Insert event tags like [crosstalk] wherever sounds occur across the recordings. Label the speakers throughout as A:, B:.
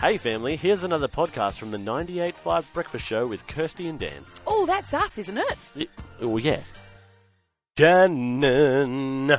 A: Hey, family, here's another podcast from the 98.5 Breakfast Show with Kirsty and Dan.
B: Oh, that's us, isn't it?
A: Y- Oh, yeah. Shannon.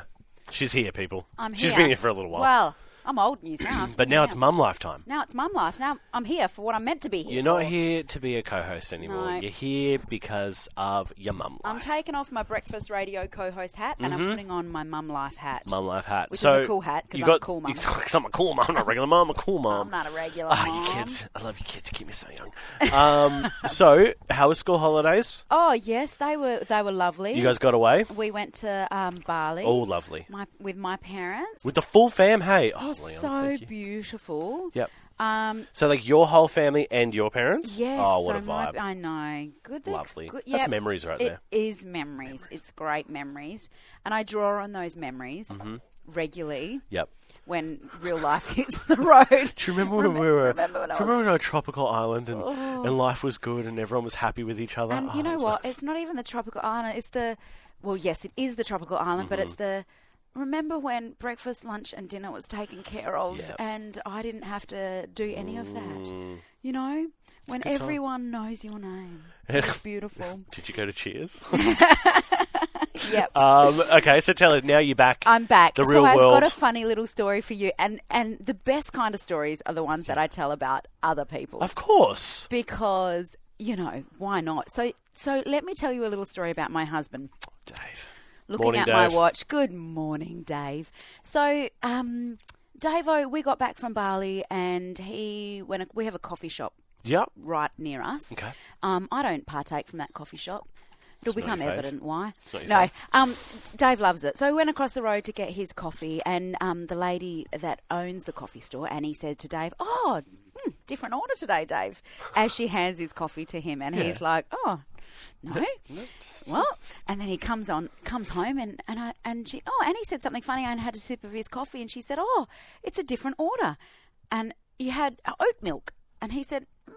A: She's here, people.
C: I'm
A: She's
C: here.
A: been here for a little while.
C: Well, I'm old news now.
A: [clears throat] but now
C: Yeah.
A: it's mum lifetime.
C: Now it's mum life. Now I'm here for what I'm meant to be here.
A: You're not
C: for.
A: here to be a co host anymore.
C: No.
A: You're here because of your mum
C: I'm
A: life.
C: taking off my breakfast radio co-host hat and I'm putting on my mum life hat.
A: Mm-hmm. mum life hat.
C: Which is
A: so
C: a cool hat, 'cause
A: you
C: I'm a
A: got- [laughs]
C: cool mum.
A: Because I'm a cool mum, not a regular mum, I'm a cool mum.
C: I'm not a regular
A: Ah,
C: mum.
A: you kids. I love you kids. Keep me so young.
C: [laughs]
A: Um, so, how was school holidays?
C: Oh yes, they were they were lovely.
A: You guys got away?
C: we went to um, Bali.
A: Oh, lovely.
C: my, with my parents.
A: With the full fam, hey.
C: it
A: Oh,
C: was
A: Leon,
C: so
A: thank you.
C: beautiful.
A: Yep.
C: Um,
A: So, like, your whole family and your parents?
C: Yes.
A: Oh, what
C: so
A: a
C: my- um,
A: vibe.
C: I know. Good. That's
A: Lovely.
C: Good.
A: That's
C: yep.
A: memories right there.
C: It is memories. It's great memories, and I draw on those memories
A: Mm-hmm.
C: regularly
A: Yep.
C: when real life [laughs] hits the road.
A: Do you remember when we
C: Remem-
A: were?
C: remember when
A: do
C: I
A: you
C: was-
A: remember when on a tropical island and, and life was good and everyone was happy with each other?
C: And
A: Oh,
C: you know
A: it's
C: what?
A: nice.
C: It's not even the tropical island. It's the well, yes, it is the tropical island, but it's
A: Mm-hmm.
C: the remember when breakfast, lunch, and dinner was taken care of,
A: Yep. Mm.
C: and I didn't have to do any of that. You know, when
A: good time.
C: everyone knows your
A: [laughs]
C: name, it's beautiful.
A: Did you go to [laughs] Cheers?
C: yep.
A: um, okay, so tell us now. You're back.
C: I'm back.
A: The real
C: so I've
A: world.
C: got a funny little story for you, and and the best kind of stories are the ones that I tell about other people
A: of course.
C: because you know why not? So so let me tell you a little story about my husband.
A: Dave.
C: Looking
A: Morning,
C: at my
A: Dave.
C: watch. Good morning, Dave. So um, Davo, we got back from Bali, and he went. We have a coffee shop
A: Yep.
C: right near us.
A: Okay.
C: Um, I don't partake from that coffee shop. It'll
A: It's not
C: become
A: your fave.
C: evident why.
A: not your
C: No,
A: fave.
C: um, Dave loves it. So we went across the road to get his coffee, and um, the lady that owns the coffee store, Annie, says to Dave, "Oh, hmm, different order today, Dave." As she hands his coffee to him, and he's like, "Oh, no." Well, and then he comes on, comes home, and and I, and she, oh, Annie said something funny. I had a sip of his coffee, and she said, "Oh, it's a different order," and you had oat milk, and he said, "Mm,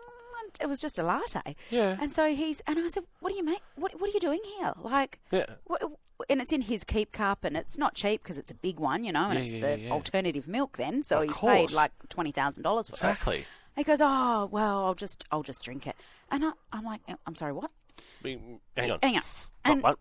C: "It was just a latte."
A: Yeah.
C: And so he's, and I said, "What do you make? What What are you doing here? Like,
A: Yeah.
C: What, and it's in his keep cup, and it's not cheap because it's a big one, you know, and
A: Yeah,
C: it's
A: yeah,
C: the
A: yeah, yeah.
C: alternative milk. Then, so
A: Of
C: he's
A: course.
C: paid like twenty thousand dollars for it.
A: Exactly.
C: He goes, "Oh well, I'll just, I'll just drink it," and I, I'm like, "I'm sorry, what?
A: We- Hang on.
C: Hang on."
A: What,
C: And
A: what?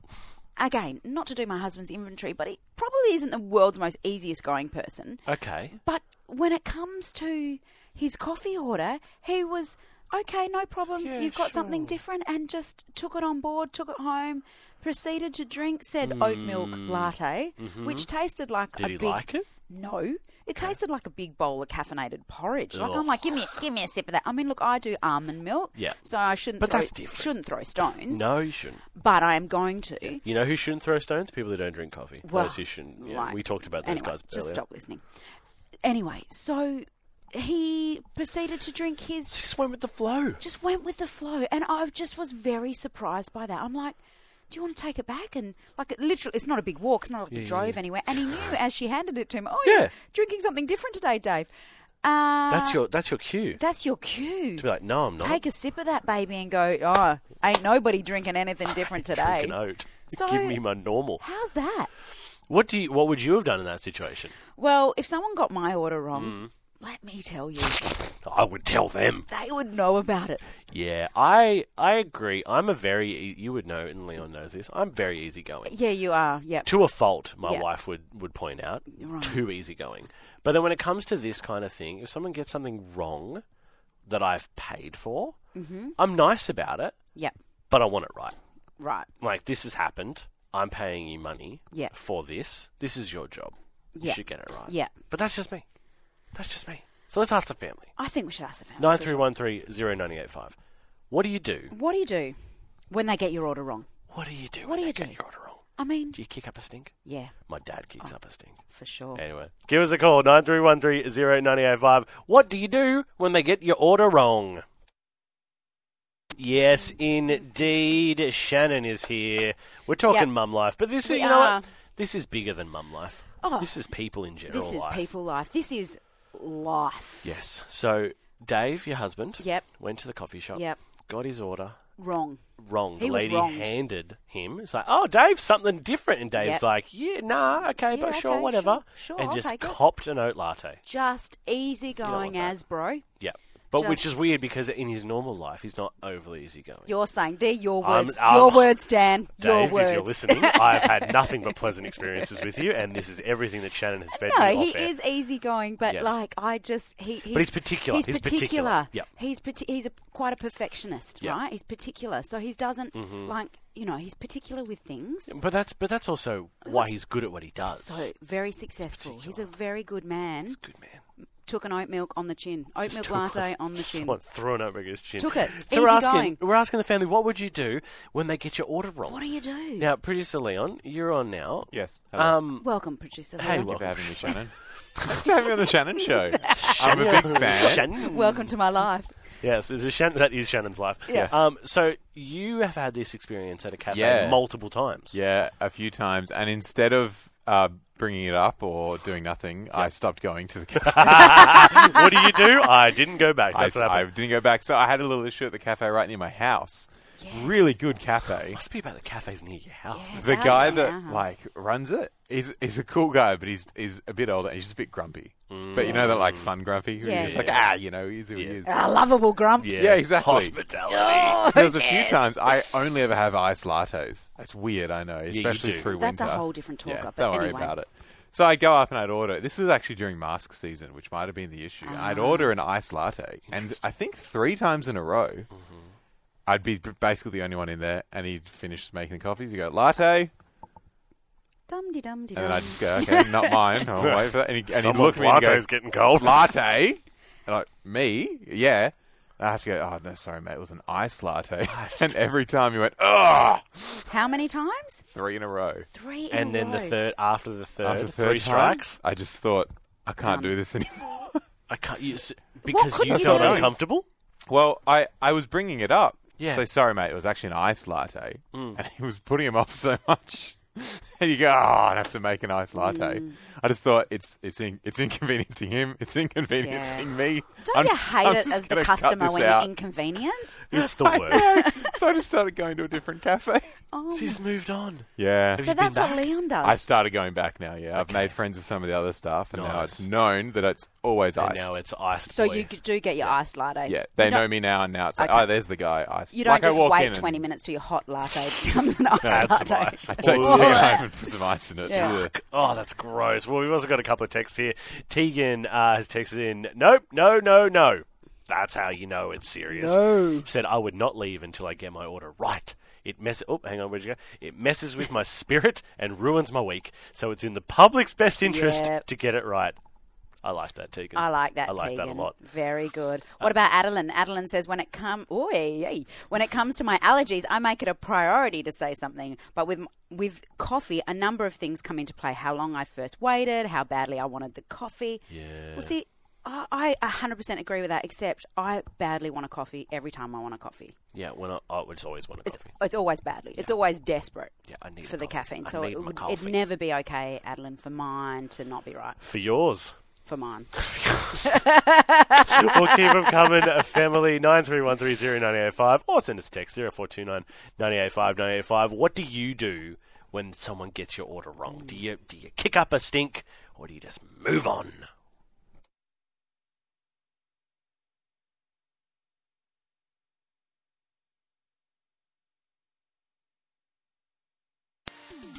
C: again, not to do my husband's inventory, but he probably isn't the world's most easiest going person.
A: Okay.
C: But when it comes to his coffee order, he was okay, no problem.
A: Yeah,
C: You've got something
A: sure."
C: different, and just took it on board, took it home, proceeded to drink said oat milk latte, which tasted like
A: Hmm. Mm-hmm. Did
C: a
A: he
C: big.
A: like it?
C: No, it tasted like a big bowl of caffeinated porridge. Like
A: Ugh.
C: I'm like, give me, give me a sip of that. I mean, look, I do almond milk,
A: Yeah.
C: so I shouldn't,
A: But
C: throw,
A: that's different.
C: shouldn't throw stones,
A: No, you shouldn't.
C: but I am going to.
A: You know who shouldn't throw stones? People who don't drink coffee.
C: Well,
A: Those who shouldn't. Yeah,
C: right.
A: We talked about those
C: Anyway,
A: guys
C: Just
A: earlier.
C: stop listening. Anyway, so he proceeded to drink his.
A: Just went with the flow.
C: Just went with the flow, and I just was very surprised by that. I'm like, "Do you want to take it back?" And like, it literally, it's not a big walk. It's not like he drove anywhere. And he knew as she handed it to him, "Oh,
A: Yeah.
C: yeah, drinking something different today, Dave." Uh,
A: That's your that's your cue.
C: that's your cue.
A: to be like, no, I'm not.
C: Take a sip of that, baby, and go. Oh, ain't nobody drinking anything different today.
A: [laughs] Drinking oat.
C: eh?" So-
A: Give me my normal.
C: How's that?
A: What do you? What would you have done in that situation?
C: Well, if someone got my order
A: Mm.
C: wrong, let me tell you,
A: I would tell them.
C: they would know about it.
A: Yeah, I I agree. I'm a very e- you would know, and Leon knows this. I'm very easygoing
C: Yeah, you are. Yep.
A: to a fault. My
C: Yeah.
A: wife would would point out
C: Right.
A: too easygoing. But then when it comes to this kind of thing, if someone gets something wrong that I've paid for,
C: Mm-hmm.
A: I'm nice about it,
C: Yep.
A: but I want it right.
C: Right.
A: Like this has happened. I'm paying you money
C: Yeah.
A: for this. This is your job. You
C: Yeah.
A: should get it right.
C: Yeah.
A: But that's just me. That's just me. So let's ask the family.
C: I think we should ask the family.
A: Nine three one three zero ninety eight five. What do you do?
C: What do you do when they get your order wrong?
A: What do you do?
C: What
A: when
C: do you
A: they
C: do?
A: Get your order wrong.
C: I mean,
A: Do you kick up a stink?
C: yeah,
A: My dad
C: Oh.
A: kicks up a stink.
C: for sure.
A: Anyway, give us a call nine three one three zero ninety eight five. What do you do when they get your order wrong? Yes, indeed. Shannon is here. We're talking
C: Yep.
A: mum life, but this is
C: We
A: you know
C: are.
A: what? This is bigger than mum life.
C: Oh.
A: this is people in general.
C: This is
A: life.
C: people life. This is life.
A: Yes. So Dave, your husband,
C: Yep.
A: went to the coffee shop.
C: Yep.
A: Got his order.
C: Wrong.
A: wrong.
C: He
A: the
C: was
A: lady
C: wronged.
A: handed him. It's like, oh, Dave, something different. And Dave's
C: Yep.
A: like, yeah, nah, okay,
C: Yeah,
A: but sure,
C: okay,
A: whatever.
C: sure, sure,
A: and
C: I'll
A: just
C: take it.
A: copped an oat latte.
C: Just easy
A: want
C: going
A: that.
C: as bro.
A: Yeah. But
C: Just-
A: which is weird because in his normal life, he's not overly easygoing.
C: You're saying they're your
A: I'm-
C: words.
A: I'm-
C: your words, Dan. your
A: Dave,
C: words.
A: if you're
C: [laughs]
A: listening, I've had nothing but pleasant experiences with you, and this is everything that Shannon has fed
C: No,
A: me.
C: he
A: off air.
C: is easygoing, but
A: Yes.
C: like I just he. He's,
A: he's particular.
C: He's
A: He's
C: particular.
A: particular. Yep.
C: He's parti- he's a, quite a perfectionist,
A: Yep.
C: right? He's particular, so he doesn't like you know he's particular with things.
A: But that's but that's also why he's good at what he does.
C: So very successful. He's, a very good man.
A: good man.
C: Took an oat milk on the chin. Oat
A: Just
C: milk
A: took off- [laughs]
C: latte on the chin.
A: Someone threw an oatmeal his chin.
C: Took it.
A: So we're
C: Easy
A: asking
C: going.
A: we're asking the family, what would you do when they get your order wrong?
C: What do you do?
A: Now, producer Leon, you're on now.
B: Yes. hello.
A: Um,
C: Welcome, producer.
A: Hey,
C: Leila.
A: well-
B: Thank you for having me, Shannon. [laughs] Thanks for having me on the
C: [laughs]
B: Shannon Show. I'm a big fan.
A: Shannon.
C: welcome to my life.
A: Yes, it's a Shan- that is Shannon's life.
C: Yeah.
A: Um, so you have had this experience at a cafe
B: Yeah.
A: multiple times.
B: Yeah, a few times. And instead of uh, bringing it up or doing nothing, I stopped
A: [laughs]
B: going to the cafe.
A: [laughs] what do you do? I didn't go back.
B: I,
A: That's what
B: I
A: happened.
B: didn't go back. So I had a little issue at the cafe right near my house. Really good cafe.
A: Must be about the cafes near your house.
C: Yes.
B: the
C: Ours
B: guy
C: is our
B: that
C: house.
B: like runs it is is a cool guy, but he's he's a bit older. and He's just a bit grumpy, but you know that
A: Mm.
B: like fun grumpy. who
C: Yeah.
B: He's like ah, you know, he's who he is.
C: A lovable grump.
B: Yeah, exactly.
A: Hospitality.
C: Oh,
B: There was a few
C: yes.
B: times I only ever have iced lattes. That's weird, I know,
A: you
B: especially
A: do.
B: through
C: That's a
B: winter.
C: whole different talk,
B: Yeah,
C: but
B: don't worry
C: anyway.
B: about it. So I go up and I'd order. This was actually during mask season, which might have been the
C: Oh,
B: issue. I'd order an iced latte, and I think three times in a row,
A: Mm-hmm.
B: I'd be b- basically the only one in there. And he'd finish making the coffees. He'd go latte,
C: Dum de dum de
B: and
C: dum.
B: then I just go,
C: [laughs]
B: okay, not mine.
A: [laughs]
B: I'll wait for that. And he, and he
A: Someone's
B: looked at me and he
A: latte's
B: goes,
A: getting [laughs] cold.
B: latte? And like, me? Yeah. And I have to go, oh, no, sorry, mate. It was an ice latte. [laughs] And every time he went, oh,
C: How many times?
B: three in a row.
C: Three. in
A: And
C: a
A: then the
C: row.
A: third, after the third,
B: After the third
A: three
B: time,
A: strikes.
B: I just thought, I can't
C: Done.
B: do this anymore.
A: I can't use because
C: could
A: you
C: you
A: felt
C: do?
A: uncomfortable.
B: well, I, I was bringing it up.
A: Yeah.
B: So, sorry, mate. It was actually an ice latte.
C: Mm.
B: And he was putting him off so much. [laughs] And you go, oh, I'd have to make an ice latte.
C: Mm.
B: I just thought it's it's in, it's inconveniencing him, it's inconveniencing me.
C: Don't
B: I'm
C: you
B: just-
C: hate
B: I'm
C: it
B: just
C: as the
B: gonna cut
C: customer
B: this
C: when
B: out. [laughs]
C: you're inconvenient?
A: It's
C: [laughs]
A: the worst.
B: so I just started going to a different cafe. [laughs]
C: Oh,
A: She's moved on.
B: Yeah.
C: so that's
A: been
C: what
A: back?
C: Leon does.
B: I started going back now, yeah. I've made friends with some of the other staff, and now
A: Nice.
B: it's known that it's always
A: And
B: iced.
A: now it's iced.
C: so
A: boy.
C: you do get your iced latte.
B: yeah, they
C: You
B: know
C: don't-
B: me now, and now it's like,
C: Okay.
B: oh, there's the guy iced.
C: You don't
B: like, I
C: just
B: walk in
C: wait
B: and
C: 20 minutes till your hot latte [laughs] becomes an iced
A: Add some
C: latte.
A: ice.
B: I take tea home and put some ice in it.
C: Yeah.
B: Ugh.
A: Oh, that's gross. Well, we've also got a couple of texts here. Tegan uh, has texted in, nope, no, no, no. That's how you know it's serious. No. She said, I would not leave until I get my order right. It mess. Oh, hang on, where'd you go? It messes with my [laughs] spirit and ruins my week. So it's in the public's best interest
C: Yep.
A: to get it right. I like that, Tegan.
C: I like that.
A: I like
C: Tegan.
A: that a lot. Uh,
C: Very good. What about Adeline? Adeline says when it come, oi, yay. when it comes to my allergies, I make it a priority to say something. But with with coffee, a number of things come into play: how long I first waited, how badly I wanted the coffee. Yeah. Well, see, I I 100% agree with that. Except I badly want a coffee every time I want a coffee.
A: Yeah, when I, I just always want a
C: It's
A: coffee.
C: it's always badly. It's always desperate.
A: Yeah, I need
C: for
A: a
C: the
A: coffee.
C: caffeine.
A: I
C: so
A: need
C: it
A: my
C: would it'd
A: coffee.
C: never be okay, Adeline, for mine to not be right
A: For yours.
C: for mine.
A: we'll keep them coming. uh, Family 93130985 or send us a text 0429 985 985. What do you do when someone gets your order wrong? Do you do you kick up a stink or do you just move on?